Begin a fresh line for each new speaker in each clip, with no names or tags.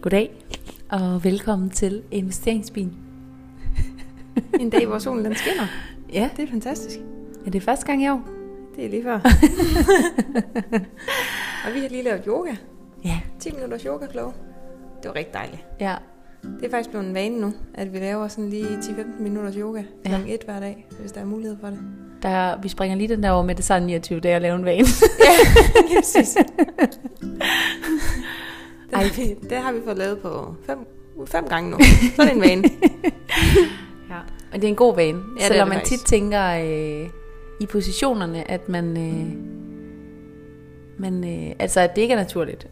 Goddag og velkommen til Investeringsbien.
en dag, hvor solen den skinner.
Ja,
Det er fantastisk.
er det første gang i år?
Det er lige før. og vi har lige lavet yoga.
Ja.
10 minutters yoga kloge. Det var rigtig dejligt.
Ja,
Det er faktisk blevet en vane nu, at vi laver sådan lige 10-15 minutters yoga kl.
Ja.
1 hver dag, hvis der er mulighed for det.
der, vi springer lige den der over med det sådan 29 dage at lave en vane.
Ja, præcis. det,
Ej.
har vi, det har vi fået lavet på fem, fem gange nu. Så er det en vane.
Ja. Og det er en god vane,
det er
selvom
det
man
faktisk.
tit tænker øh, i positionerne, at man... Øh, man øh, altså, at det ikke er naturligt.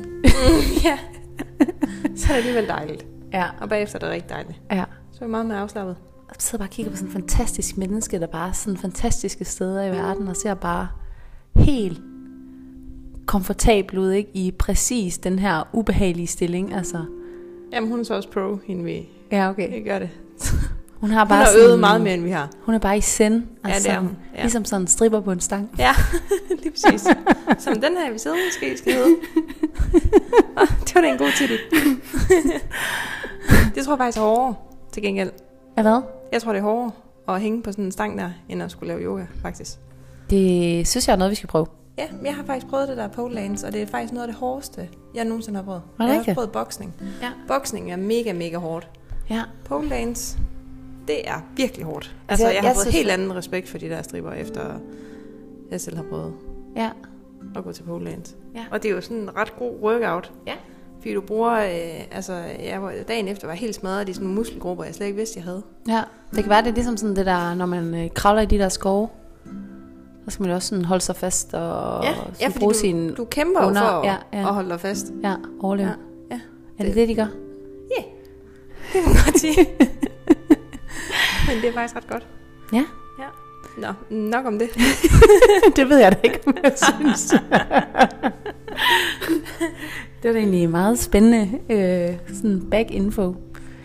ja. Så er det alligevel dejligt.
Ja,
Og bagefter er det rigtig dejligt.
ja.
Så er vi meget mere afslappet.
Og så sidder bare og kigger på sådan en fantastisk menneske, der bare er sådan fantastiske steder i verden, og ser bare helt komfortabel ud, ikke? I præcis den her ubehagelige stilling, altså.
Jamen, hun er så også pro, hende vi
Ja, okay.
vi gør det.
Hun har
Hun
bare
har
sådan,
øvet meget mere, end vi har.
Hun er bare i send.
Ja,
Altså,
det er hun. Ja.
Ligesom sådan en stripper på en stang.
Ja, lige præcis. Som den her, vi sidder måske skal hedde. Ah, det var da en god titel. det tror jeg faktisk er hårdere, til gengæld.
Ja, hvad?
Jeg tror, det er hårdere at hænge på sådan en stang der, end at skulle lave yoga, faktisk.
Det synes jeg er noget, vi skal prøve.
Ja, men jeg har faktisk prøvet det der pole dance, og det er faktisk noget af det hårdeste, jeg nogensinde har prøvet.
det
Jeg har også
rigtigt?
prøvet boksning.
Ja.
Boksning er mega, mega hårdt.
Ja.
Pole dance, det er virkelig hårdt. Altså,
jeg-
jeg, jeg har
jeg
fået
synes-
helt anden respekt for de der stripper, efter jeg selv har prøvet
Ja.
at gå til pole dance.
Ja.
Og det er jo sådan en ret god workout.
Ja.
Fordi du bruger, øh, altså jeg var, dagen efter var jeg helt smadret i sådan nogle muskelgrupper, jeg slet ikke vidste, jeg havde.
Ja. Det kan være, det er ligesom sådan det der, når man øh, kravler i de der skove, så skal man jo også sådan holde sig fast og sådan bruge
du,
sin...
du kæmper under,
under- ja,
for ja,
ja.
ja. at holde dig fast.
Ja, overleve. Ja.
Ja. ja.
Er det det, de gør?
Ja, det kan man godt sige. Men det er faktisk ret godt.
Ja.
Ja. Nå, nok om det.
det ved jeg da ikke, om jeg synes. det var da egentlig meget spændende øh, sådan back info.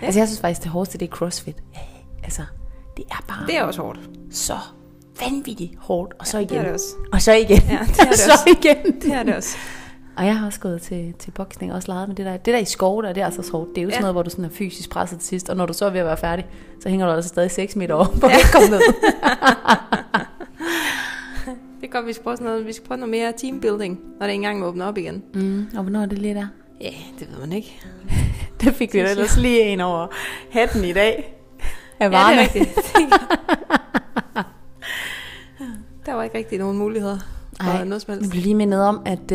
Ja. Altså jeg synes faktisk, det hårdeste, det er crossfit. Ja, altså, det er bare
Det er også hårdt.
så vanvittigt hårdt. Og så igen.
Det er det også.
Og så igen.
Ja, det er
og
det
så
også.
igen.
Det er det også.
Og jeg har også gået til, til boksning og også leget med det der. Det der i skov, der, det er altså så hårdt. Det er jo sådan
Ja.
noget, hvor du sådan er fysisk presset til sidst. Og når du så er ved at være færdig, så hænger du altså stadig 6 meter over. Hvor ja. kom ned.
Det er godt, vi skal prøve sådan noget, vi skal prøve noget mere teambuilding, når det engang åbner op igen.
Mm, og hvornår er det lige der?
Ja, det ved man ikke.
Der fik vi da ellers lige en over hatten i dag. Af
Ja, det
varme.
er rigtigt. der var ikke rigtig nogen muligheder for
Ej,
noget som
Vi
helst.
blev lige mindet om, at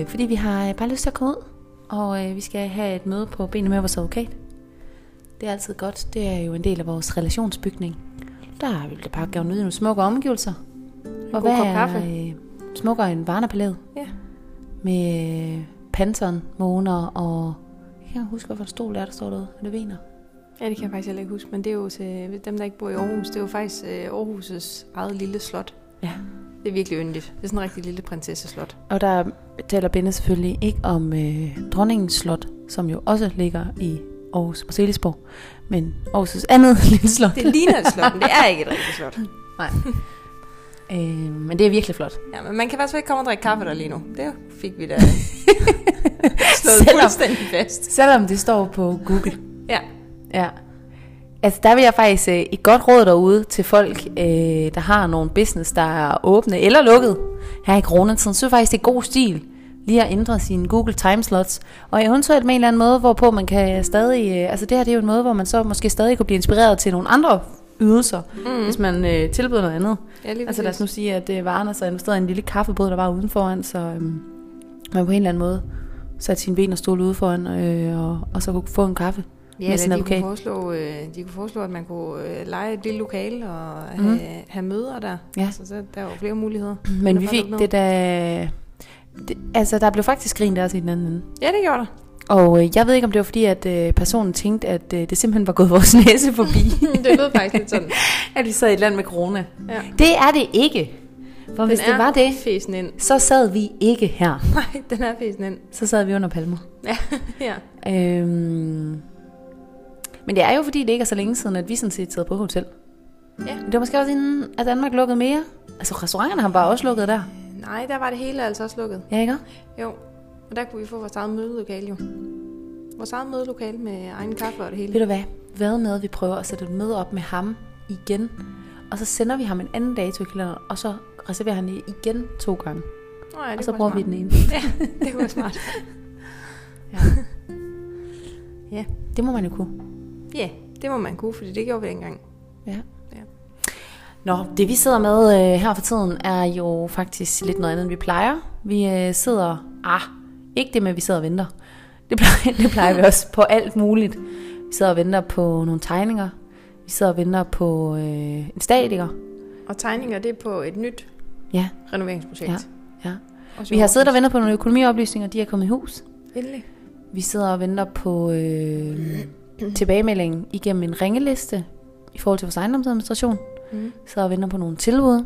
øh, fordi vi har øh, bare lyst til at komme ud, og øh, vi skal have et møde på benene med vores advokat. Det er altid godt. Det er jo en del af vores relationsbygning. Der vil det bare gøre nyde nogle smukke omgivelser. Og
god
hvad
kop
er
kaffe.
øh, smukkere end Varnapalæet
Ja.
med øh, Panton, måner og... Jeg kan ikke huske, hvilken stol det er, der står derude. Er det vener?
ja, det kan jeg faktisk heller ikke huske, men det er jo til dem, der ikke bor i Aarhus. Det er jo faktisk øh, Aarhus' eget lille slot.
Ja.
Det er virkelig yndigt. Det er sådan en rigtig lille prinsesseslot.
Og der taler Binde selvfølgelig ikke om øh, dronningens slot, som jo også ligger i Aarhus og Sælesborg, men Aarhus' andet lille slot.
Det ligner et slot, men det er ikke et rigtigt slot.
Øh, men det er virkelig flot.
Ja, men man kan faktisk ikke komme og drikke kaffe der lige nu. Det fik vi da slået
Selvom-
fuldstændig fast.
Selvom det står på Google.
Ja.
Ja. Altså der vil jeg faktisk øh, et godt råd derude til folk, øh, der har nogle business, der er åbne eller lukket her i coronatiden. Så er det faktisk det er god stil lige at ændre sine Google Timeslots. Og eventuelt med en eller anden måde, hvorpå man kan stadig... Øh, altså det her det er jo en måde, hvor man så måske stadig kunne blive inspireret til nogle andre ydelser, mm. hvis man øh, tilbyder noget andet.
Ja, lige
Altså lad os
præcis.
nu sige, at øh, Varner så investerede i en lille kaffebåd, der var uden foran, så øhm, man på en eller anden måde satte sine ben og stol ude foran, øh, og, og så kunne få en kaffe
Ja,
med sin
eller de kunne,
advokat.
foreslå, øh, de kunne foreslå, at man kunne øh, lege et lille lokale og have, have møder der.
Mhm. Ja.
Altså, så der var flere muligheder.
Men
Der
vi
var
fik
lukket ned.
det da... Det, altså, der blev faktisk grint også i den anden ende.
Ja, det gjorde der.
Og øh, jeg ved ikke, om det var fordi, at øh, personen tænkte, at øh, det simpelthen var gået vores næse forbi.
det lød faktisk lidt sådan.
at vi sad i et land med corona.
Ja.
Det er det ikke. For hvis
Den
det
er
var det,
Fæsen ind.
så sad vi ikke her.
Nej, den er fæsen ind.
Så sad vi under palmer.
Ja, ja.
Øhm, men det er jo fordi, det ikke er så længe siden, at vi sådan set sidder på hotel.
Ja.
Men Det var måske også inden, at Danmark lukkede mere. Altså restauranterne har bare også lukket der.
Øh, Nej, der var det hele altså også lukket.
Ja, ikke?
Jo, og der kunne vi få vores eget mødelokale jo. Vores eget mødelokale med egen kaffe og det hele.
Ved du hvad? Hvad med, at vi prøver at sætte et møde op med ham igen, og så sender vi ham en anden dato i kalenderen, og så reserverer han det igen to gange.
Nå ja, det
og så
var
bruger
smart.
vi den ene.
Ja, det var smart.
Ja. ja, det må man jo kunne.
Ja, det må man kunne, fordi det gjorde vi engang.
Ja.
Ja.
Nå, det vi sidder med øh, her for tiden er jo faktisk lidt noget andet, end vi plejer. Vi øh, sidder, ah, ikke det med, at vi sidder og venter. Det plejer, det plejer vi også på alt muligt. Vi sidder og venter på nogle tegninger. Vi sidder og venter på øh, en statiker.
Og tegninger, det er på et nyt
Ja,
renoveringsprojekt.
ja, ja.
Også
Vi
i
har
år.
siddet og ventet på nogle økonomioplysninger, de er kommet i hus.
Endelig.
Vi sidder og venter på øh, tilbagemeldingen igennem en ringeliste i forhold til vores ejendomsadministration.
Mm.
Vi sidder og venter på nogle tilbud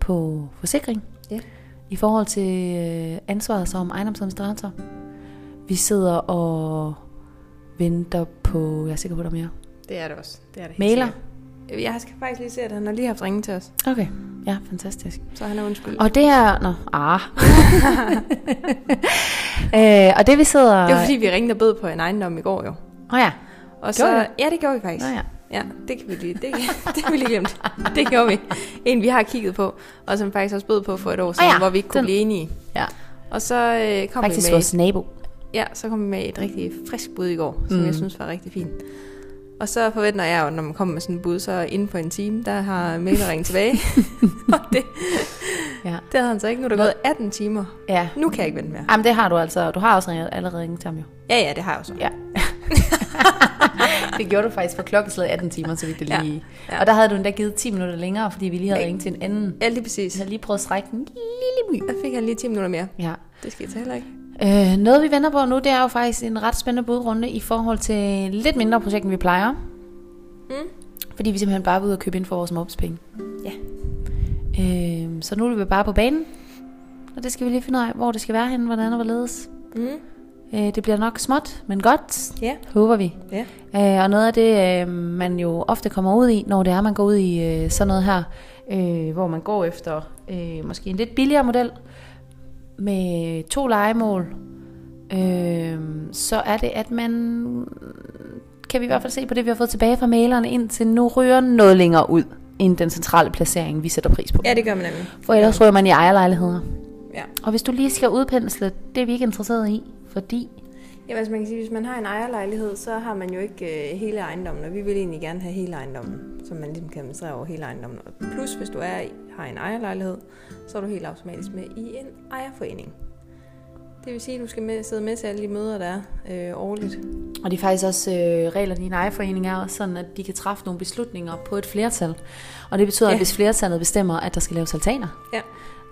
på forsikring
Ja.
i forhold til øh, ansvaret som ejendomsadministrator. Vi sidder og venter på, jeg er sikker på, der er mere,
Det er det også. Det er det helt
mailer.
sikkert. Jeg skal faktisk lige se, at han har lige haft ringet til os,
Okay, ja, fantastisk.
så han er undskyld.
Og det er, nå, ah. øh, og det vi sidder...
Det var fordi, vi ringede og bød på en ejendom i går jo.
Åh oh, ja,
Og
Gjorde
så, ja, det gjorde vi faktisk.
nå ja.
Ja, det kan vi lige, det, kan- det har vi lige glemt. Det gjorde vi. En, vi har kigget på, og som faktisk også bød på for et år siden,
ja,
ja, hvor vi ikke kunne
den-
blive enige.
ja.
Og så øh, kom
Faktisk
vi med,
vores nabo.
ja, så kom vi med et rigtig frisk bud i går, som
Mm.
mm. jeg synes var rigtig fint. Og så forventer jeg jo, når man kommer med sådan et bud, så inden for en time, der har Mikkel ringet tilbage. og det,
Ja.
det havde han så ikke. Nu er der
Nå.
gået 18 timer.
Ja.
Nu kan jeg ikke vente mere.
Jamen det har du altså. Du har også ringet, allerede ringet til ham jo.
Ja, ja, det har jeg jo så.
Ja. det gjorde du faktisk for klokkeslaget 18 timer, så vidt det
Ja,
lige... Ja.
ja.
Og der havde du endda givet 10 minutter længere, fordi vi lige havde
Ja.
ringet til en anden.
Ja, lige
Vi
præcis.
havde lige prøvet at strække den en lille my.
Der fik han lige 10 minutter mere.
Ja.
Det skal jeg heller ikke.
Øh, noget vi vender på nu, det er jo faktisk en ret spændende budrunde i forhold til lidt mindre projekt, end vi plejer.
Mm.
Fordi vi simpelthen bare er ude og købe ind for vores mobspenge.
Ja.
Øh, så nu er vi bare på banen. Og det skal vi lige finde ud af, hvor det skal være henne, hvordan og hvorledes.
Mm.
Øh, det bliver nok småt, men godt.
Ja.
Håber vi.
Ja.
Øh, og noget af det, øh, man jo ofte kommer ud i, når det er, man går ud i øh, sådan noget her, øh, hvor man går efter øh, måske en lidt billigere model med to legemål, øh, så er det, at man kan vi i hvert fald se på det, vi har fået tilbage fra malerne indtil nu ryger noget længere ud end den centrale placering, vi sætter pris på.
ja, det gør man nemlig.
For ellers ryger man i ejerlejligheder.
Ja.
Og hvis du lige skal udpensle, det er vi ikke interesseret i, fordi...
Jamen, altså man kan sige, hvis man har en ejerlejlighed, så har man jo ikke øh, hele ejendommen, og vi vil egentlig gerne have hele ejendommen, så man ligesom kan administrere over hele ejendommen. Og plus, hvis du er, i- har en ejerlejlighed, så er du helt automatisk med i en ejerforening. Det vil sige, at du skal med, sidde med til alle de møder, der er øh, årligt.
Og det er faktisk også øh, reglerne i en ejerforening er også sådan, at de kan træffe nogle beslutninger på et flertal. Og det betyder, ja.
Ja.
at hvis flertallet bestemmer, at der skal laves altaner,
Ja.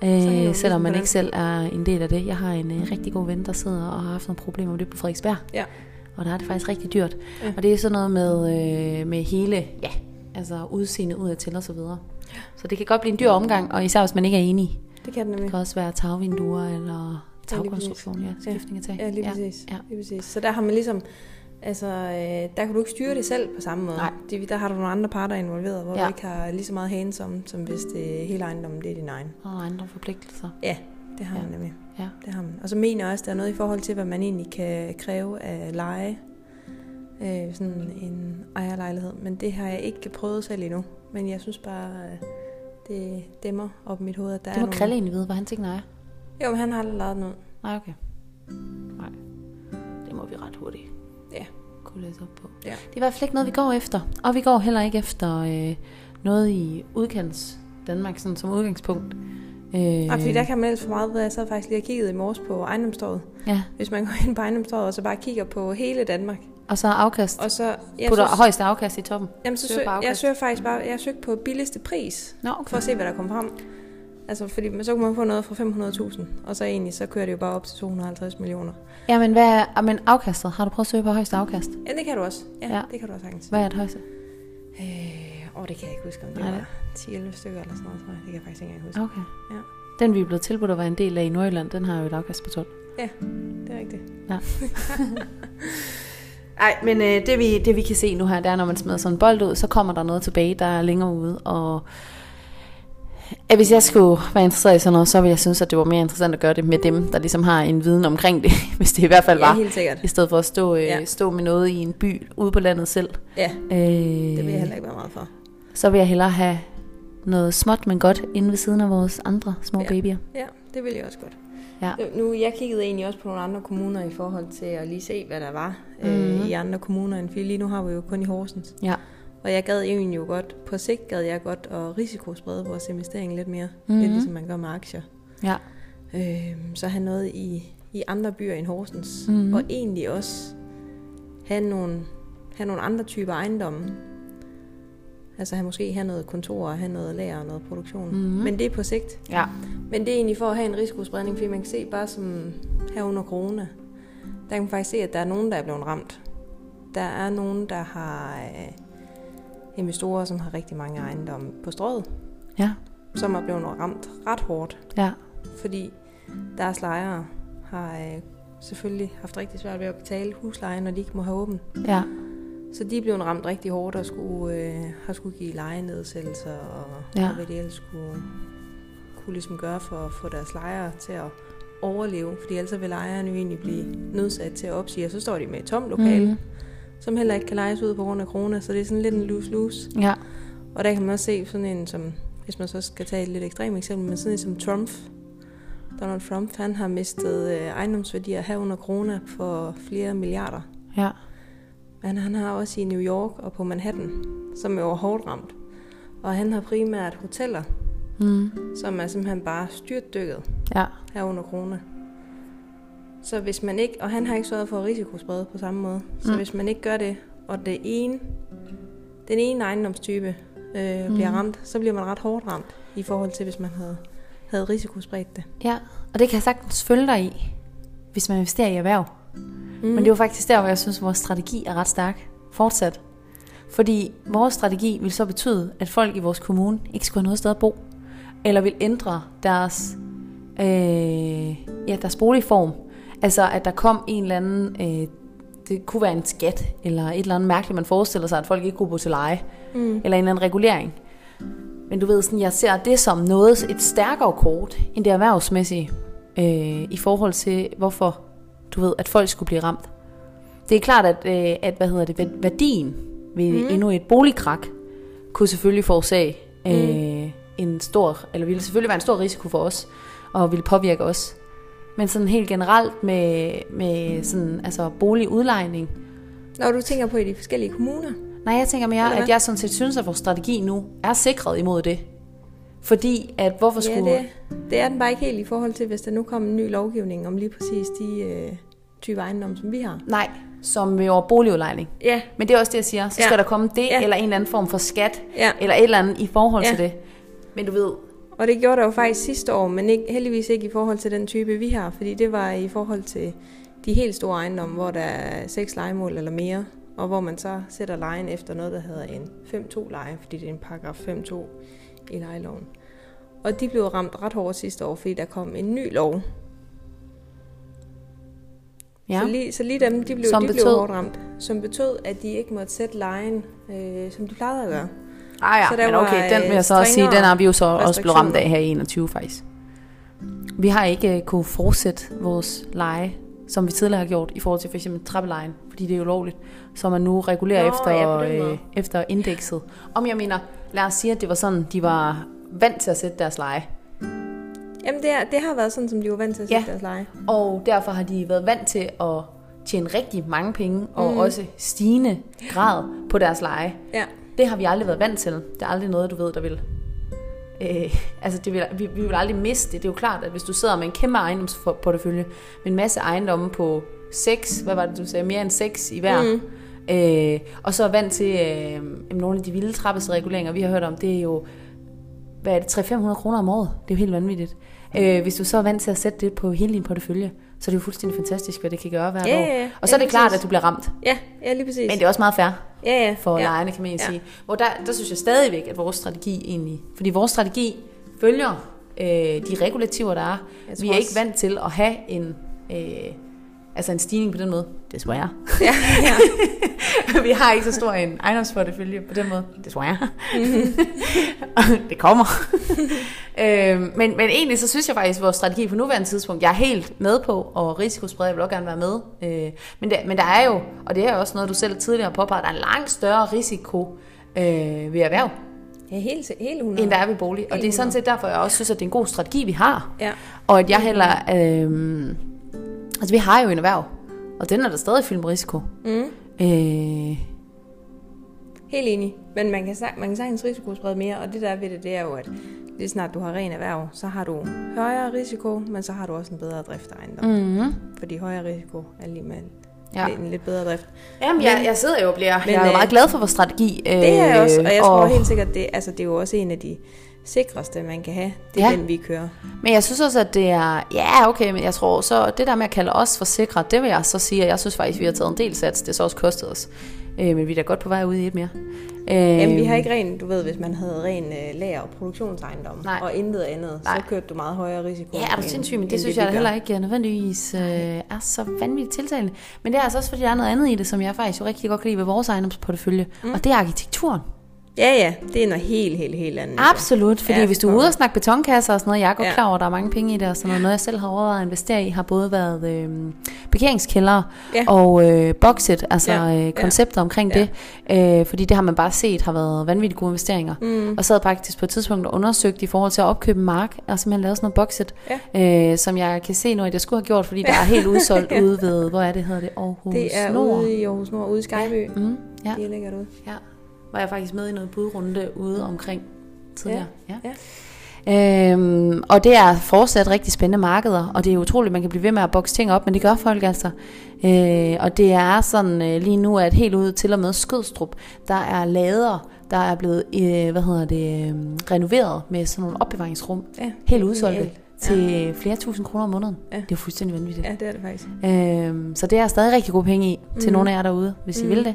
er det jo
øh,
ligesom
selvom man
på den.
ikke selv er en del af det. Jeg har en øh, rigtig god ven, der sidder og har haft nogle problemer med det på Frederiksberg.
Ja.
Og der er det faktisk rigtig dyrt. Ja.
Ja.
Og det er sådan noget med, øh, med hele ja, altså udseendet ud af til og så videre. Ja. Så det kan godt blive en
Mm.
dyr omgang, og især hvis man ikke er enig.
Det kan den
Det
nemlig.
kan også være tagvinduer eller
Ja, lige præcis.
tagkonstruktion, ja, skiftning af tag.
Ja, lige præcis.
Ja.
Ja. Lige præcis. Så der har man ligesom, altså, øh, der kan du ikke styre det selv på samme måde.
Nej.
Det, der har du nogle andre parter involveret, hvor
Ja.
ja. du ikke har lige så meget hands om, som hvis det hele ejendommen, det er din egen.
Og andre forpligtelser.
Ja, det har
Ja.
ja. man nemlig.
Ja.
Det har man. Og så mener jeg også, der er noget i forhold til, hvad man egentlig kan kræve af leje. Øh, sådan en ejerlejlighed. Men det har jeg ikke prøvet selv endnu. Men jeg synes bare, øh, det dæmmer op i mit hoved, at der
Det
er
må
nogle...
Krille egentlig vide, hvad han tænker nej.
Jo, men han har aldrig lejet den ud.
Nej, okay. Nej. Det må vi ret hurtigt
Ja.
kunne læse op på.
Ja.
Det er i hvert fald ikke noget, vi går efter. Og vi går heller ikke efter øh, noget i udkants Danmark sådan som udgangspunkt. Øh,
Og Ah, fordi der kan man ellers for meget ved, jeg sad faktisk lige og kiggede i morges på ejendomstorvet.
Ja,
Hvis man går ind på ejendomstorvet og så bare kigger på hele Danmark.
og så afkast.
Og så,
Jeg
jeg
putter
så-
synes... højeste afkast i toppen.
jamen, så
søger
søg,
på
jeg
afkast.
søger faktisk bare, jeg søgte på billigste pris,
Nå,
for
okay.
at se, hvad der kom frem. Altså, fordi men så kunne man få noget for 500.000, og så egentlig, så kører det jo bare op til 250 millioner.
Ja, men hvad er, ah, men afkastet? Har du prøvet at søge på højeste afkast?
Ja, det kan du også. Ja,
Ja.
ja. det kan du også sagtens.
Hvad er det højeste?
Øh, åh, det kan jeg ikke huske, om det
Nej,
Nej, var 10-11 stykker eller sådan noget, tror jeg. Det kan jeg faktisk ikke engang huske.
Okay.
Ja.
Den, vi er blevet tilbudt at være en del af i Nordjylland, den har jo et afkast på 12.
Det er rigtigt.
Nej, men øh, det, vi, det vi kan se nu her, det er, når man smider sådan en bold ud, så kommer der noget tilbage, der er længere ude, og at hvis jeg skulle være interesseret i sådan noget, så ville jeg synes, at det var mere interessant at gøre det med dem, der ligesom har en viden omkring det, hvis det i hvert fald
Ja,
var.
helt sikkert.
I stedet for at stå, øh,
Ja.
ja. stå med noget i en by ude på landet selv.
Ja,
Øh,
det vil jeg heller ikke være meget for.
Så vil jeg hellere have noget småt, men godt, inde ved siden af vores andre små
Ja.
ja. babyer.
Ja, det vil jeg også godt. Øh,
Ja.
Nu, jeg kiggede egentlig også på nogle andre kommuner i forhold til at lige se, hvad der var mm.
Mhm.
øh, i andre kommuner end Fyn. Lige nu har vi jo kun i Horsens.
Ja.
Og jeg gad egentlig jo godt, på sigt gad jeg godt at risikosprede vores investering lidt mere. Mm-hmm.
Mhm.
Lidt ligesom man gør med aktier.
Ja.
Øh, så have noget i, i andre byer end Horsens. Mm-hmm.
Mhm.
Og egentlig også have nogle, have nogle andre typer ejendomme. Altså have måske have noget kontor, og have noget lager og noget produktion. Mm-hmm.
Mhm.
Men det er på sigt.
Mm. Ja.
Men det er egentlig for at have en risikospredning, fordi man kan se bare som her under corona, der kan man faktisk se, at der er nogen, der er blevet ramt. Der er nogen, der har øh, investorer, som har rigtig mange ejendomme på strøget,
Ja.
som er blevet ramt ret hårdt,
Ja.
fordi deres lejere har øh, selvfølgelig haft rigtig svært ved at betale huslejen, når de ikke må have åbent.
Ja.
Så de er blevet ramt rigtig hårdt og skulle, øh, har skulle give lejenedsættelser og, ja.
Ja.
og hvad de ellers skulle, kunne ligesom gøre for at få deres lejere til at overleve. Fordi ellers så vil lejeren jo egentlig blive nødsat til at opsige, og så står de med et tomt lokale, mm.
Mhm.
som heller ikke kan lejes ud på grund af corona, så det er sådan lidt en lose-lose.
Ja.
Og der kan man også se sådan en som, hvis man så skal tage et lidt ekstremt eksempel, men sådan en som Trump. Donald Trump, han har mistet øh, ejendomsværdier her under corona for flere milliarder.
Ja.
Men han har også i New York og på Manhattan, som jo er hårdt ramt. Og han har primært hoteller,
Mm.
som er simpelthen bare styrtdykket
Ja.
her under corona. Så hvis man ikke, og han har ikke sørget for at risikosprede på samme måde, så mm.
Mm.
hvis man ikke gør det, og det ene, den ene ejendomstype øh, mm. bliver ramt, så bliver man ret hårdt ramt i forhold til, hvis man havde, havde risikospredt det.
Ja, og det kan jeg sagtens følge dig i, hvis man investerer i erhverv. Mm. Men det er jo faktisk der, hvor jeg synes, at vores strategi er ret stærk. Fortsat. Fordi vores strategi vil så betyde, at folk i vores kommune ikke skulle have noget sted at bo. Eller vil ændre deres, øh, ja, deres boligform. Altså, at der kom en eller anden... Øh, det kunne være en skat, eller et eller andet mærkeligt, man forestiller sig, at folk ikke kunne bo til leje. Mm. Eller en eller anden regulering. Men du ved, sådan, jeg ser det som noget et stærkere kort end det erhvervsmæssige øh, i forhold til, hvorfor du ved, at folk skulle blive ramt. Det er klart, at, øh, at hvad hedder det, væ- værdien ved mm. endnu et boligkrak kunne selvfølgelig forårsage øh, mm. en stor, eller ville selvfølgelig være en stor risiko for os, og ville påvirke os. Men sådan helt generelt med, med sådan, altså boligudlejning,
Når du tænker på i de forskellige kommuner,
Nej, jeg tænker
Eller
mere,
hvad?
at jeg sådan set synes, at vores strategi nu er sikret imod det. Fordi at hvorfor
Ja,
skulle...
det, det er den bare ikke helt i forhold til, hvis der nu kom en ny lovgivning om lige præcis de øh, typer ejendomme, som vi har.
Nej, som jo er boligudlejning.
Ja,
Men det er også det, jeg siger. Så
Ja.
skal der komme det,
Ja.
eller en eller anden form for skat,
Ja.
eller et eller andet i forhold
Ja.
til det. Men du ved...
og det gjorde der jo faktisk sidste år, men ikke, heldigvis ikke i forhold til den type, vi har, fordi det var i forhold til de helt store ejendomme, hvor der er seks legemål eller mere, og hvor man så sætter lejen efter noget, der hedder en 5-2-leje, fordi det er en paragraf 5-2 i lejeloven. Og de blev ramt ret hårdt sidste år, fordi der kom en ny lov,
Ja,
Så, lige, så lige dem, de blev,
Som
de blev
betød-
hårdt ramt. Som betød, at de ikke måtte sætte lejen, øh, som de plejede at gøre.
ah,
så
ja.
der
men
var,
okay, den vil
øh,
jeg så også sige,
strengere
den er vi jo så også blevet ramt
restriktioner.
af her i 21 faktisk. Vi har ikke uh, kunne fortsætte vores leje, som vi tidligere har gjort, i forhold til f.eks. trappelejen, fordi det er ulovligt, så man nu regulerer
Nå,
efter,
ja, på den måde.
øh, efter indekset. Om jeg mener, lad os sige, at det var sådan, de var vant til at sætte deres leje,
Jamen, det, er, det har været sådan, som de var vant til at sætte
Ja.
deres leje.
og derfor har de været vant til at tjene rigtig mange penge, og mm. også stigende grad på deres leje.
Ja.
Det har vi aldrig været vant til. Det er aldrig noget, du ved, der vil. Øh, altså, det vil, vi, vi vil aldrig miste det. Det er jo klart, at hvis du sidder med en kæmpe ejendomsportefølje, med en masse ejendomme på 6, hvad var det, du sagde, mere end 6 i hver, mm. øh, og så er vant til øh, jamen, nogle af de vilde trappesreguleringer, vi har hørt om, det er jo, hvad er det, 300-500 kroner om året. Det er jo helt vanvittigt. Øh, hvis du så er vant til at sætte det på hele din portefølje, så er det jo fuldstændig fantastisk, hvad det kan gøre hvert
Ja,
år.
ja, ja.
Og så er
Ja,
det klart,
præcis.
at du bliver ramt.
Ja, ja lige præcis.
Men det er også meget fair
ja, ja,
for
ja.
ja. lejerne, kan man egentlig
Ja.
ja. sige. Hvor der, der synes jeg stadigvæk, at vores strategi egentlig... Fordi vores strategi følger øh, de regulativer, der er.
Jeg
Vi
tror
er
også-
ikke vant til at have en, øh, Altså en stigning på den måde, desværre.
ja, ja.
Vi har ikke så stor en ejendomsportefølje på den måde, desværre. Og det kommer. øhm, men, men egentlig så synes jeg faktisk, at vores strategi på nuværende tidspunkt, jeg er helt med på, og risikospreder, jeg vil også gerne være med. Øh, men, der, men der er jo, og det er jo også noget, du selv tidligere har påpeget, der er en langt større risiko øh, ved erhverv,
ja helt, helt 100.
end der er ved bolig. Og det er sådan set derfor, jeg også synes, at det er en god strategi, vi har.
Ja.
Og at jeg heller... Øh, altså, vi har jo en erhverv, og den er der stadig fyldt med risiko.
Mm.
Øh,
Helt enig. Men man kan, sag- man kan sagtens risikosprede mere, og det der er ved det, det er jo, at lige snart du har ren erhverv, så har du højere risiko, men så har du også en bedre drift af ejendom. Mm.
mm-hmm.
Fordi højere risiko er lige med en,
Ja.
ja. en lidt bedre drift.
Jamen, jeg, jeg sidder jo og bliver... Men, jeg er jo
øh,
meget glad for vores strategi. Øh,
Det er jeg også, og jeg tror helt sikkert, det, altså, det er jo også en af de sikreste, man kan have. Det er
Ja.
ja. den, vi kører.
Men jeg synes også, at det er... Ja, okay, men jeg tror så... Det der med at kalde os for sikre, det vil jeg så sige, at jeg synes faktisk, vi har taget en del sats. Det har så også kostet os. Øh, men vi er da godt på vej ud i et mere. Øh,
Jamen, vi har ikke ren, du ved, hvis man havde ren øh, lager- og produktionsejendom,
Nej.
og intet andet,
Nej.
så kørte du meget højere risiko.
Ja, er du
end-
sindssyg, men
end
det synes jeg
vi
da
gør.
heller ikke øh, nødvendigvis øh, er så vanvittigt tiltalende. Men det er altså også, fordi der er noget andet i det, som jeg faktisk jo rigtig godt kan lide ved vores ejendomsportefølje, mm. og det er arkitekturen.
Ja, ja, det er noget helt, helt, helt andet.
Absolut, fordi ja,
Ja,
hvis du er
for-
ude og snakke betonkasser og sådan noget, jeg er godt ja.
Ja.
klar over, at der er mange penge i det, og sådan noget, noget jeg selv har overvejet at investere i, har både været øh, parkeringskældre ja.
Ja.
og øh, boxet, altså
Ja,
ja.
ja.
øh, koncepter ja. omkring ja.
Ja.
det, øh, fordi det har man bare set har været vanvittigt gode investeringer, mm. og sad faktisk på et tidspunkt og undersøgte i forhold til at opkøbe en mark, og simpelthen lavede sådan noget boxet, ja. øh, som jeg kan se nu, at jeg skulle have gjort, fordi der er helt udsolgt ja. ude ved, hvor er det, hedder det, Aarhus
Det er
Nord.
ude i Aarhus Nord, ude i Skyby. Mm.
Mm, ja,
Det er lækkert ud.
ja, var jeg faktisk med i noget budrunde ude omkring tidligere. Ja.
ja.
Øhm, og det er fortsat rigtig spændende markeder, og det er utroligt, man kan blive ved med at bokse ting op, men det gør folk altså. Øh, og det er sådan øh, lige nu, at helt ud til og med Skødstrup, der er lader, der er blevet øh, hvad hedder det, øh, renoveret med sådan nogle opbevaringsrum,
ja.
helt udsolgte,
Genialt.
til flere tusind kroner om måneden.
Ja.
Det er jo fuldstændig vanvittigt.
Ja, det er det faktisk.
Øhm, så det er stadig rigtig gode penge i til mm. nogle af jer derude, hvis mm. I vil det.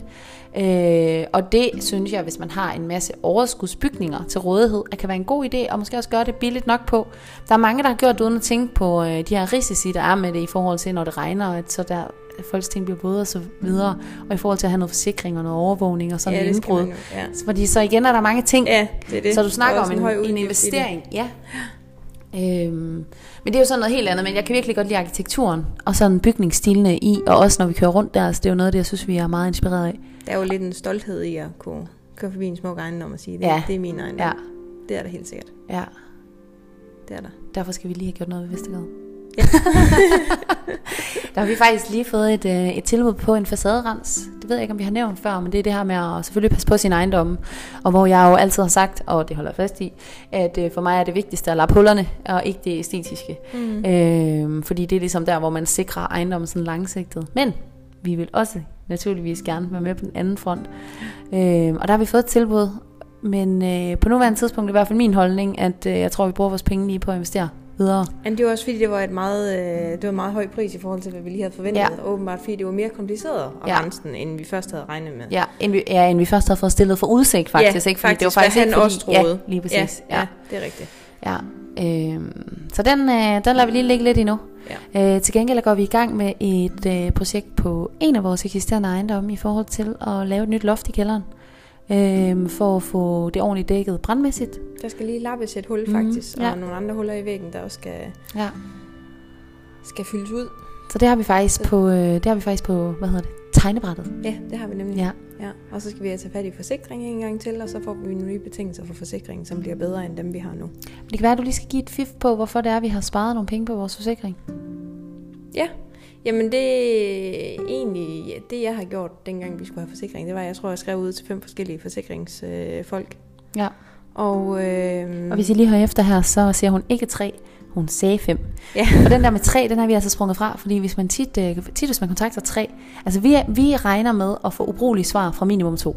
Øh, og det synes jeg, hvis man har en masse overskudsbygninger til rådighed, at kan være en god idé, og måske også gøre det billigt nok på. Der er mange, der har gjort det uden at tænke på øh, de her risici, der er med det i forhold til, når det regner, og at så der at folks ting bliver våde og så videre, og i forhold til at have noget forsikring og noget overvågning og sådan
ja,
ja,
det skal man
indbrud.
jo. Ja.
Fordi så igen er der mange ting,
ja, det er det.
så du
Der
snakker
er
om
også
en,
høj
en,
udgift i
en
det.
investering, ja. Øhm, men det er jo sådan noget helt andet, men jeg kan virkelig godt lide arkitekturen, og sådan bygningsstilene i, og også når vi kører rundt der, så det er jo noget af det, jeg synes, vi er meget inspireret af.
Der er jo lidt en stolthed i at kunne køre forbi en smuk ejendom og sige, det,
Ja.
ja. det er min ejendom.
Ja,
Ja. Det er der helt sikkert.
ja.
Det er der.
Derfor skal vi lige have gjort noget ved Vestergade.
Ja.
der har vi faktisk lige fået et, øh, et tilbud på en facaderens. Det ved jeg ikke, om vi har nævnt før, men det er det her med at selvfølgelig passe på sin ejendom. Og hvor jeg jo altid har sagt, og det holder jeg fast i, at øh, for mig er det vigtigste at lappe hullerne, og ikke det æstetiske. Mm. Øh, fordi det er ligesom der, hvor man sikrer ejendommen sådan langsigtet. Men vi vil også naturligvis gerne være med på den anden front. Øh, og der har vi fået et tilbud, men øh, på nuværende tidspunkt er det i hvert fald min holdning, at øh, jeg tror, vi bruger vores penge lige på at investere videre.
Men det var også fordi, det var, et meget, øh, det var en meget høj pris i forhold til, hvad vi lige havde forventet.
Ja.
Ja. Åbenbart fordi det var mere kompliceret at
Ja.
ja. rense den, end vi først havde regnet med.
Ja, end vi, ja, end vi først havde fået stillet for udsigt faktisk.
Ja,
ikke? Fordi det var
faktisk,
faktisk
hvad han
ikke, fordi,
også troede.
Ja, lige præcis.
Ja, ja, det er rigtigt.
Ja. Øhm, så den, øh, den lader vi lige ligge lidt endnu. Ja. Øh, til gengæld går vi i gang med et øh, projekt på en af vores eksisterende ejendomme i forhold til at lave et nyt loft i kælderen. Øhm, for at få det ordentligt dækket brandmæssigt.
Der skal lige lappes et hul
Mhm,
faktisk, mm, ja.
ja.
og nogle andre huller i væggen, der også skal,
Ja.
skal fyldes ud.
Så det har vi faktisk på, øh, det har vi faktisk på hvad hedder det, tegnebrættet.
Ja, det har vi nemlig.
Ja.
Ja. Og så skal vi have tage fat i forsikringen en gang til, og så får vi nogle nye betingelser for forsikringen, som bliver bedre end dem, vi har nu.
Men det kan være, at du lige skal give et fif på, hvorfor det er, at vi har sparet nogle penge på vores forsikring.
Ja, jamen det egentlig, ja, det jeg har gjort, dengang vi skulle have forsikring, det var, jeg tror, jeg skrev ud til fem forskellige forsikringsfolk. Øh, folk.
Ja.
og, øh,
Og hvis I lige hører efter her, så siger hun ikke tre, hun sagde fem.
Ja.
Og den der med tre, den har vi altså sprunget fra, fordi hvis man tit, øh, tit hvis man kontakter tre, altså vi, er- vi regner med at få ubrugelige svar fra minimum to.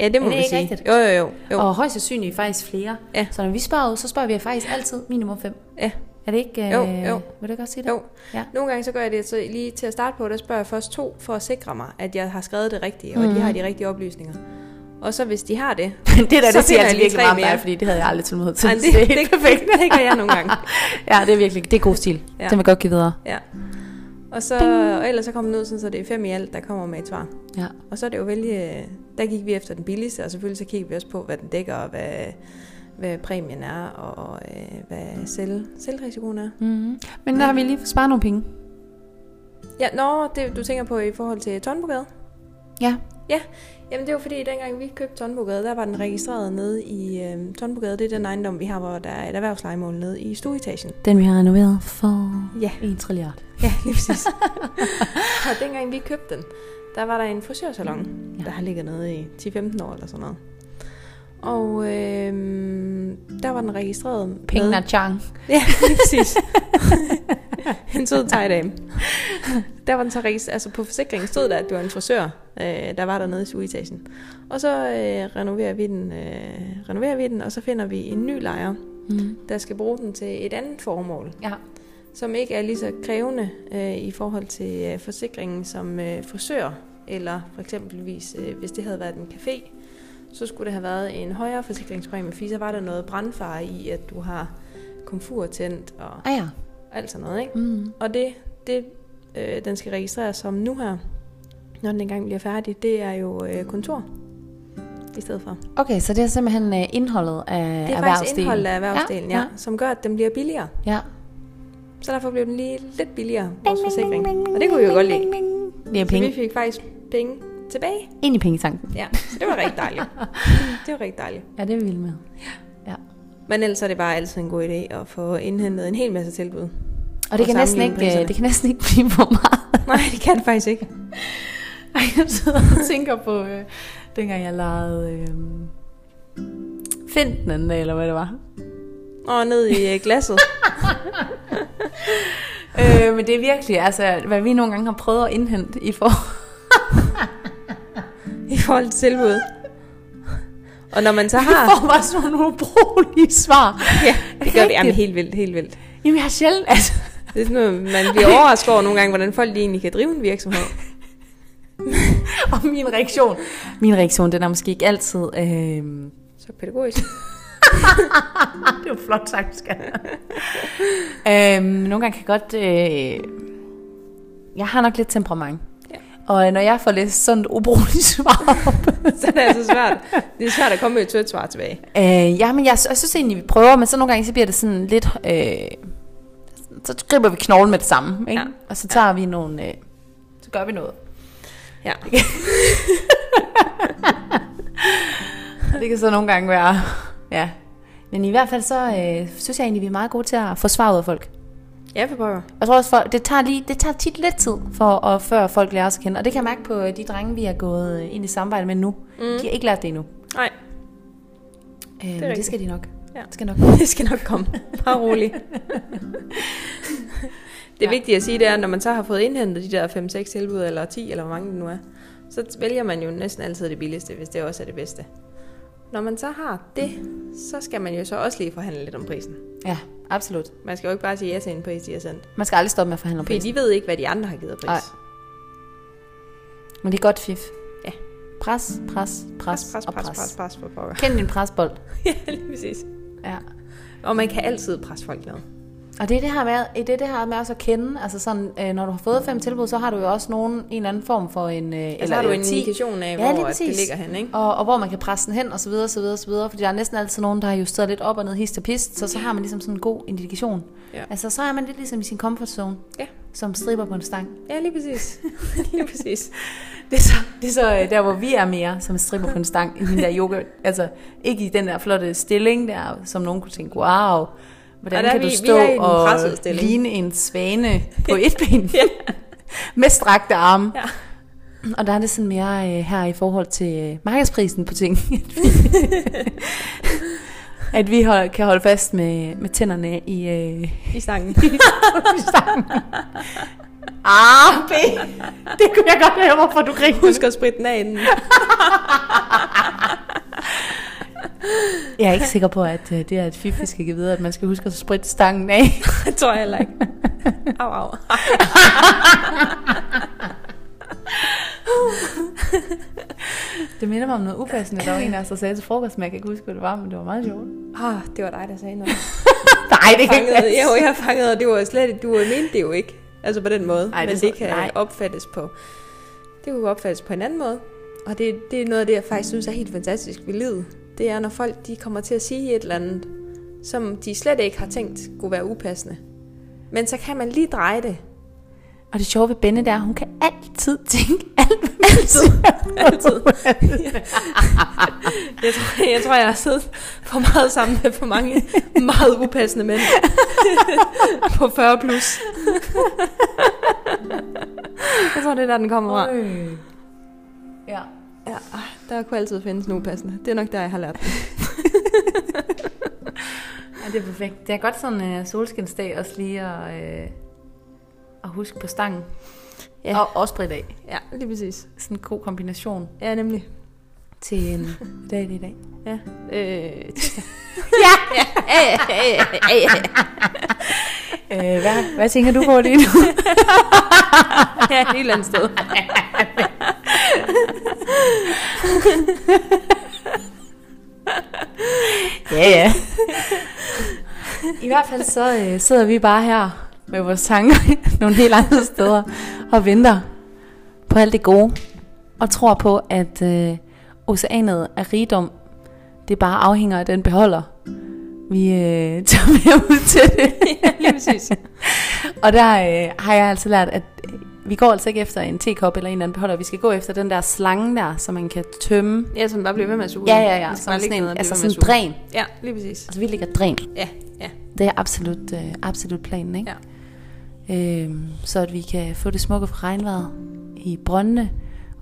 ja, det må
Er det
man
ikke
sige.
rigtigt?
Jo, jo, jo. jo.
Og højst sandsynligt faktisk flere.
Ja.
Så når vi spørger ud, så spørger vi faktisk altid minimum fem.
Ja.
Er det ikke... øh,
Jo, jo.
Vil du godt sige det?
Jo.
Ja.
Nogle gange så gør jeg det, så lige til at starte på, der spørger jeg først to, for at sikre mig, at jeg har skrevet det rigtige, og mm. de har de rigtige oplysninger. Og så hvis de har det,
det der,
Så
det siger
finder
altså
jeg lige
virkelig
tre
meget om
mere.
dig, fordi det havde jeg aldrig tålmodighed til.
Ej,
Så
det-
er helt
det- det gør jeg nogle gange.
ja, det er virkelig, det er god stil. Ja.
Ja.
Den vil jeg godt give videre.
ja. Og, så, og ellers så kommer den ud, sådan, så det er fem i alt, der kommer med et svar.
Ja.
Og så er det jo vælge, der gik vi efter den billigste, og selvfølgelig så kiggede vi også på, hvad den dækker, og hvad, hvad præmien er, og øh, hvad selv, selvrisikoen er.
Mm-hmm. Men der har vi lige sparet nogle penge.
Ja, nå, det du tænker på i forhold til Tonbogade?
Ja.
Ja, jamen det var fordi, dengang vi købte Tonbogade, der var den registreret nede i øh, Tonbogade. Det er den ejendom, vi har, hvor der er et erhvervslejemål nede i stueetagen.
Den vi har renoveret for
Ja.
1 trilliard.
Ja, lige præcis. og dengang vi købte den, der var der en frisørsalon, ja. der har ligget nede i 10-15 år eller sådan noget. Og øh, der var den registreret
Penge
med...
og chang.
Ja, lige præcis. en sød thai dame. Der var den så registreret, altså på forsikringen stod der, at det var en frisør, øh, der var dernede i stueetagen. Og så øh, renoverer, vi den, øh, renoverer vi den, og så finder vi en ny lejer,
Mm.
der skal bruge den til et andet formål,
Ja.
som ikke er lige så krævende øh, i forhold til øh, forsikringen som øh, frisør, eller for eksempelvis, øh, hvis det havde været en café, så skulle det have været en højere forsikringspræmie, fordi så var der noget brandfare i, at du har komfur tændt og
Ah ja.
alt sådan noget, ikke?
Mm.
Og det, det øh, den skal registreres som nu her, når den engang bliver færdig, det er jo øh, kontor i stedet for.
Okay, så det er simpelthen øh, indholdet af
Det er faktisk
erhvervsdelen.
indholdet af erhvervsdelen, ja, ja, som gør, at den bliver billigere.
ja.
Så derfor blev den lige lidt billigere, vores forsikring. Og det kunne vi jo godt lide.
Det er
Så
penge.
vi fik faktisk penge tilbage.
Ind i pengetanken.
Ja, så det var rigtig dejligt. Det var rigtig dejligt.
Ja, det er vi vilde med.
Men ellers er det bare altid en god idé at få indhentet en hel masse tilbud.
Og det
Og
kan, næsten
sammenligne
ikke, øh,
priserne.
det kan næsten ikke blive for meget.
Nej, det kan det faktisk ikke.
Ej, jeg sidder og tænker på, øh, dengang jeg legede øh, Find den anden dag, eller hvad det var.
Og ned i øh, glasset.
Øh, men det er virkelig, altså, hvad vi nogle gange har prøvet at indhente i for.
i forhold til tilbud. Og når man så
Vi
har...
får bare sådan nogle ubrugelige svar.
Ja, det gør det. Jamen,
Rigtigt.
helt vildt, helt vildt.
Jamen, jeg har sjældent, altså,
Det er sådan noget, man bliver overrasket over nogle gange, hvordan folk lige egentlig kan drive en virksomhed.
og min reaktion, min reaktion, den er måske ikke altid, øh,
Så pædagogisk.
det var flot sagt, skat. øhm, nogle gange kan jeg godt... Øh, jeg har nok lidt temperament.
Ja.
Og øh, når jeg får læst sådan et ubrugeligt svar op...
Så det er altså svært. Det er svært at komme med et sødt svar tilbage.
øh, ja, men jeg, sy- jeg synes egentlig, vi prøver, men så nogle gange så bliver det sådan lidt... Øh, så griber vi knoglen med det samme, ikke?
Ja.
Ja. Og så tager ja. vi nogle... Øh, så gør vi noget.
Ja.
Det kan så nogle gange være... ja. Men i hvert fald så øh, synes jeg egentlig, vi er meget gode til at få svar ud af folk.
Ja, for pokker.
Jeg tror også, folk, det, tager lige, det tager tit lidt tid, for at, før folk lærer os at kende. Og det kan jeg mærke på øh, de drenge, vi har gået øh, ind i samarbejde med nu. Mm. De har ikke lært det endnu.
Nej,
Øh, det,
rigtigt.
det skal de nok.
Ja.
Det skal nok.
det skal nok komme. Bare rolig. Det
Ja.
vigtige at sige, det er, at når man så har fået indhentet de der 5-6 tilbud, eller 10, eller hvor mange det nu er, så vælger man jo næsten altid det billigste, hvis det også er det bedste. Når man så har det, så skal man jo så også lige forhandle lidt om prisen.
Ja, absolut.
Man skal jo ikke bare sige ja til en pris, de har sendt.
Man skal aldrig stoppe med at forhandle om
Fordi
pris.
de ved ikke, hvad de andre har givet af pris.
Nej. Men det er godt fif.
Ja.
Pres, pres, pres,
pres,
og
pres, pres, pres for pokker.
Kend din presbold.
ja, lige præcis.
Ja.
Og man kan altid presse folk ned. Altså,
Og det er det her med, det er det her med også at kende, altså sådan, øh, når du har fået fem tilbud, så har du jo også nogen, en eller anden form for en... Øh,
Altså har du
øh,
en
10.
indikation af,
Ja,
hvor
lige
at det
præcis.
ligger hen, ikke?
og, og hvor man kan presse den hen, og så videre, så videre, så videre, fordi der er næsten altid nogen, der har justeret lidt op og ned, hist og pist, så så har man ligesom sådan en god indikation.
Ja.
Altså, så er man lidt ligesom i sin comfort zone,
Ja.
som striber på en stang.
Ja, lige præcis. lige præcis.
Det er så, det er så øh, der, hvor vi er mere, som striber på en stang i den der yoga. Altså, ikke i den der flotte stilling der, som nogen kunne tænke, wow,
Og
hvordan
der
kan
er
du
vi- vi
stå
er i den
og
pressede stilling."
ligne en svane på et ben? Med strakte arme.
Ja.
Og der er det sådan mere øh, her i forhold til øh, markedsprisen på ting. at vi, at vi hold, kan holde fast med, med tænderne i, øh,
I stangen.
i stangen. Ah, B. Det kunne jeg godt høre, hvorfor du griner.
Husk at spritte den af inden.
Jeg er ikke sikker på, at øh, det er et fif, vi skal give videre, at man skal huske at spritte stangen af.
Det tror jeg heller ikke. Au, au.
Det minder mig om noget upassende, der var en af os, der sagde til frokost, men jeg kan ikke huske, hvad det var, men det var meget sjovt.
Ah, det var dig, der sagde noget.
Nej, det kan
Fanget,
ikke
jo, jeg har fanget, og det var slet ikke, du mente det jo ikke. Altså på den måde.
Ej,
Ej,
det
men
er
det,
så-
det kan
nej.
nej. opfattes på... Det kunne opfattes på en anden måde. Og det, det er noget af det, jeg faktisk synes er helt fantastisk ved livet. Det er, når folk de kommer til at sige et eller andet, som de slet ikke har tænkt kunne være upassende. Men så kan man lige dreje det.
Og det sjove ved Benne, der hun kan altid tænke alt, hvad man
Altid. Altid. Jeg tror, jeg, tror, jeg har siddet for meget sammen med for mange meget upassende mænd. på 40 plus. jeg tror, det er der, den kommer fra.
Øj. Ja.
Ja, ej, der kunne altid findes en upassende. Det er nok der, jeg har lært. det.
ja, det er perfekt. Det er godt sådan uh, solskinsdag også lige at, uh, at huske på stangen.
Ja.
Og også på i dag.
Ja, lige præcis.
Sådan en god kombination
Ja, nemlig.
til en dag i dag.
Ja. Øh,
ja! øh, hvad, hvad tænker du på lige nu?
ja, et eller andet sted.
Ja, ja. I hvert fald så øh, sidder vi bare her med vores tanker nogle helt andre steder og venter på alt det gode. Og tror på, at øh, oceanet af rigdom, det bare afhænger af den beholder, vi øh, tager med ud til det.
lige præcis.
Og der øh, har jeg altså lært, at øh, vi går altså ikke efter en tekop eller en eller anden beholder. Vi skal gå efter den der slange der, som man kan tømme.
Ja, som bare bliver ved med at suge.
Ja, ja, ja.
Vi skal
Som
bare ligge
sådan en,
ned og blive
altså
ved
sådan
med at
en
suge.
dræn.
Ja, lige præcis.
Altså vi ligger dræn.
Ja, ja.
Det er absolut, øh, absolut planen, ikke? Ja. Øhm, så at vi kan få det smukke fra regnvejret i brøndene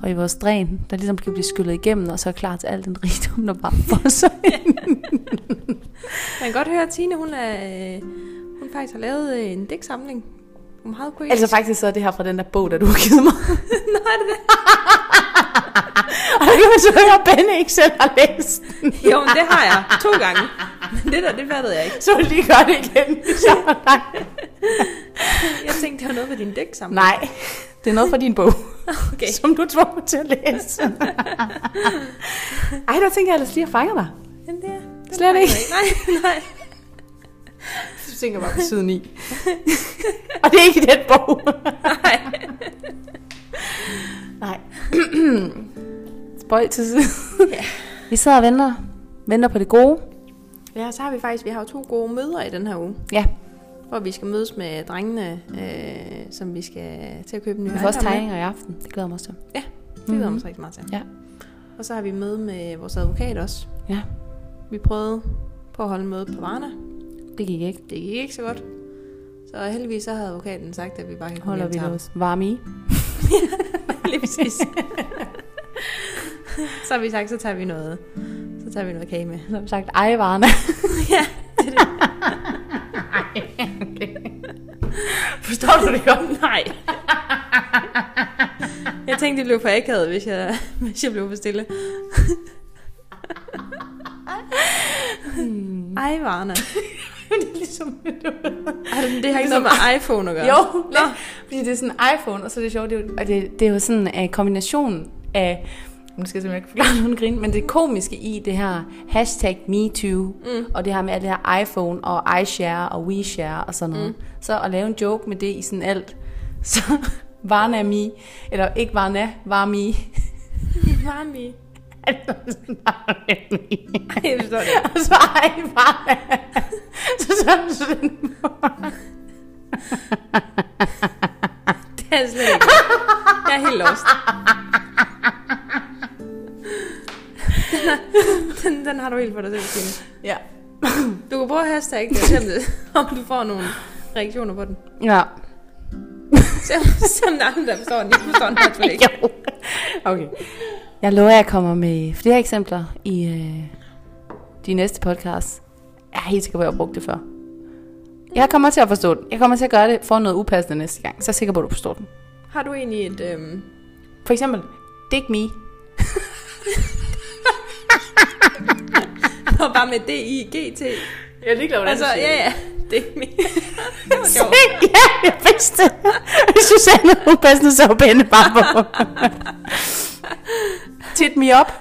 og i vores dræn, der ligesom kan blive skyllet igennem, og så er klar til al den rigdom, der bare får sig.
Man kan godt høre, at Tine, hun, er, øh, hun faktisk har lavet øh, en digtsamling. Hun er meget poetisk.
altså faktisk så er det her fra den der bog, der du har givet mig.
Nå, er det det?
og der kan man så høre, at Benny ikke selv har læst den.
Jo, men det har jeg. To gange. Men det der, det fattede jeg ikke.
Så vil lige gøre det igen. Så, nej.
Jeg tænkte, det var noget ved din digtsamling.
nej, det er noget fra din bog,
Okay.
som du tvang mig til at læse. Ej, der tænker jeg ellers lige at fange dig.
Den der, den
Slet
har
ikke.
jeg Nej, nej. Du tænker bare på siden i.
Og det er ikke i den bog.
Nej.
Nej. Spøj til side.
Ja.
Vi sidder og venter. Venter på det gode.
Ja, så har vi faktisk, vi har jo to gode møder i den her uge,
Ja,
hvor vi skal mødes med drengene, øh, som vi skal til at købe nye
vi får også
ejendomme med.
tegninger i aften. Det glæder jeg mig også til. Mhm.
Ja, det glæder jeg mig rigtig meget til.
Ja.
Og så har vi møde med vores advokat også.
Ja,
Vi prøvede på at holde møde på Varna.
det gik ikke.
Det gik ikke så godt. Så heldigvis så havde advokaten sagt, at vi bare kan komme
Holder
hjem
vi
til ham.
os varme i.
Lige præcis. så har vi sagt, så tager vi noget, så tager vi noget kage med.
Som sagt, ej varerne.
ja,
Forstår du det godt? Nej.
jeg tænkte, det blev for akavet, hvis jeg, hvis jeg blev for stille. Ej, Varna.
det er ligesom...
Ej, men det har ikke
Ligesom-
noget med iPhone at gøre.
Jo,
Nå.
fordi det er sådan en iPhone, og så er det sjovt, det er jo, og det, det er jo sådan en uh, kombination af, nu skal jeg simpelthen ikke forklare nogen grin, men det komiske i det her hashtag MeToo, mm. og det her med alt det her iPhone og iShare og WeShare og sådan noget, mm. så at lave en joke med det i sådan alt, så Varna Mi, eller ikke Varna, Varmi.
Varmi.
Altså sådan, Varna Mi.
Ej, jeg forstår det.
Og så ej, Varna. Så sådan, sådan,
Det er jeg slet ikke. Jeg er helt lost. Den, den, den har du helt for dig selv, Tine.
ja.
Du kan bruge hashtag, og se om, det, om du får nogle reaktioner på den.
Ja.
Se om, se om der er andre, der forstår den. Jeg forstår den i hvert fald ikke.
Jo. Okay. Jeg lover, at jeg kommer med flere eksempler i øh, de næste podcasts. Jeg er helt sikker på, at jeg har brugt det før. Jeg kommer til at forstå den. Jeg kommer til at gøre det for noget upassende næste gang. Så er jeg sikker på, at du forstår den.
Har du egentlig et... Øhm...
For eksempel, dig me.
Og bare med D-I-G-T.
Jeg er ligeglad,
Altså, ja, ja. Det er min. Det var sjovt.
ja, jeg vidste det. Hvis du sagde noget upassende, så var Benne bare på. Tit me op.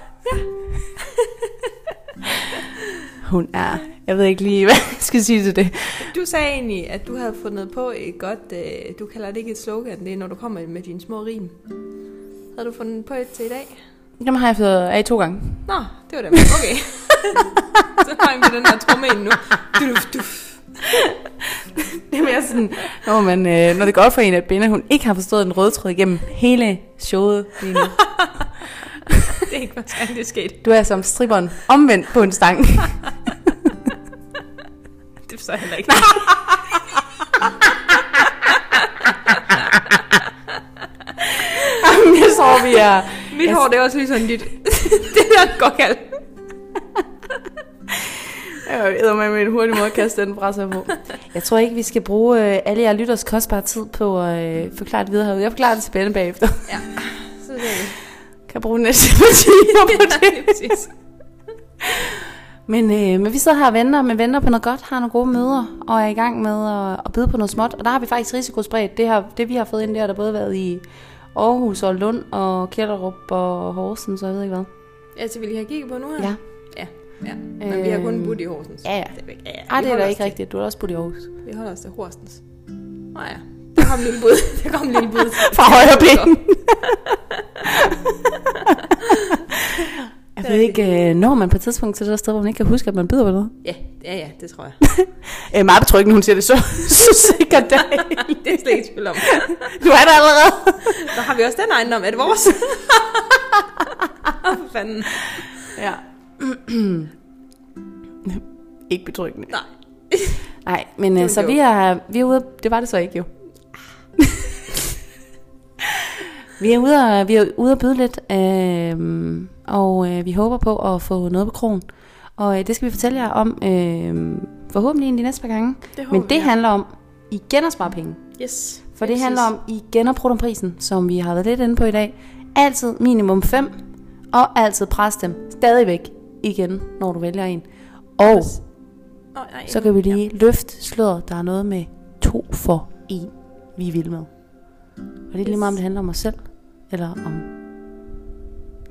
Hun er Jeg ved ikke lige, hvad jeg skal sige til det.
Du sagde egentlig, at du havde fundet på et godt, øh, du kalder det ikke et slogan, det er når du kommer med dine små rim. Havde du fundet på et til i dag?
Dem har jeg fået af to gange.
Nå, det var dem. Okay. så hang vi den her tromme ind nu. Duf, duf.
Det er mere sådan, når, man, øh, når det går op for en, at Benne, hun ikke har forstået den røde tråd igennem hele showet lige nu.
Det er ikke, hvordan det skete.
Du er som stripperen omvendt på en stang.
Det forstår jeg heller ikke.
Jamen, jeg tror, vi er...
Mit hår, det er også lige sådan dit. Altså- det der går galt.
Jeg ved, man med en hurtig måde at kaste den fra sig på. Jeg tror ikke, vi skal bruge øh, alle jer lytters kostbare tid på at øh, forklare det videre herude. Jeg forklarer det til Benne bagefter.
Ja, så det er det.
Kan jeg bruge næste par timer på det?
Ja, det er præcis.
Men, øh, men vi sidder her og venter, men venter på noget godt, har nogle gode møder, og er i gang med at, at byde på noget småt. Og der har vi faktisk risikospredt. Det, her, det vi har fået ind, det har der både været i Aarhus og Lund og Kjellerup og Horsens, så jeg ved ikke hvad.
Altså, vil I have kigget på nu her?
Ja.
Ja, ja. Men vi har kun
Øhm,
budt i Horsens.
ja, ja.
Stadigvæk. ja, ja.
Ej,
Vi
det er
holder
da
os
ikke
til-
rigtigt. Du har også boet i Aarhus.
Vi holder os til Horsens. Nå ja, der kom en lille bud. Der kom en lille bud.
Fra højre ben. jeg ved ikke, øh, når man på et tidspunkt til det der sted, hvor man ikke kan huske, at man byder på noget.
Ja, ja, ja, det tror jeg.
Øh, meget betryggende, hun siger det så, så sikkert dag.
Det er slet ikke i tvivl om.
Du er der allerede.
Så har vi også den ejendom. Er det vores? Åh, for fanden.
Ja. ikke betryggende.
Nej.
Nej, men øh,
en
så
joke.
vi er, vi er ude, det var det så ikke jo. vi er ude og, vi er ude at byde lidt, øh, og øh, vi håber på at få noget på krogen. Og øh, det skal vi fortælle jer om øh, forhåbentlig en de næste par gange.
Det håber
Men det
jeg.
handler om igen at spare penge.
Yes.
For det handler om igen at prutte prisen, som vi har været lidt inde på i dag. Altid minimum 5, og altid pres dem stadigvæk igen, når du vælger en. Og
Nå, nej,
så kan vi lige ja. løfte sløret. Der er noget med to for en, vi er vilde med. Og det er lige meget, om det handler om os selv, eller om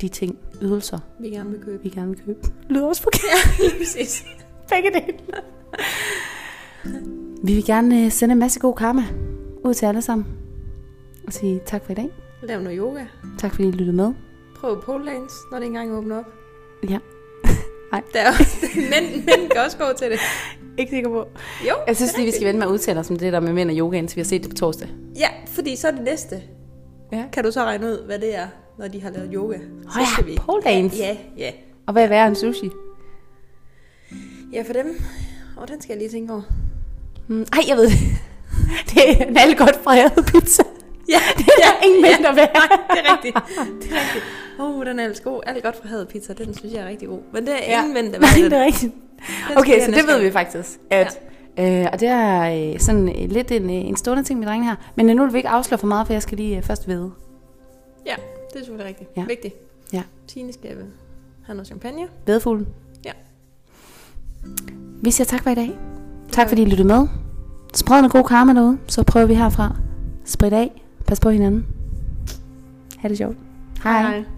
de ting, ydelser,
vi gerne vil købe.
vi gerne vil købe. lyder også forkert.
Lige præcis.
Begge dele. vi vil gerne øh, sende en masse god karma ud til alle sammen. Og sige tak for i dag.
Lav noget yoga.
Tak fordi I lyttede med.
Prøv pole dance, når det engang åbner op.
Ja.
Der er også, men, men kan også gå til det.
Ikke sikker på.
Jo.
Jeg synes lige, vi skal vende med at udtale os om det der med mænd og yoga, indtil vi har set det på torsdag.
Ja, fordi så er det næste.
Ja.
Kan du så regne ud, hvad det er, når de har lavet yoga?
Åh ja, pole dance.
Ja, ja.
Og hvad er værre end sushi?
Ja, for dem. Og den skal jeg lige tænke over.
Mm,
Hmm,
ej, jeg ved det. Det er en alt godt fredet pizza.
Ja,
Det er ja, ingen mindre værd.
det er rigtigt. Det er rigtigt. Åh, oh, den er altså god. Alt godt fra havet pizza, den synes jeg er rigtig god. Men det er ja. ingen mænd, der
Nej,
ved
det
det.
er rigtigt.
skal
Okay,
jeg
så det
næste
ved
gang.
vi faktisk. At, ja. øh, og det er øh, sådan øh, lidt en, øh, en stående ting med drengene her. Men øh, nu vil vi ikke afsløre for meget, for jeg skal lige øh, først vide.
Ja, det er selvfølgelig rigtigt.
Ja.
Ja. Vigtigt.
Ja.
Tine skal øh, have noget champagne.
Vedfuglen.
Ja.
Vi siger tak for i dag. Tak fordi I lyttede med. Spred noget god karma derude, så prøver vi herfra. Sprit af. Pas på hinanden. Ha' det sjovt. Hej. Hej.
Hej.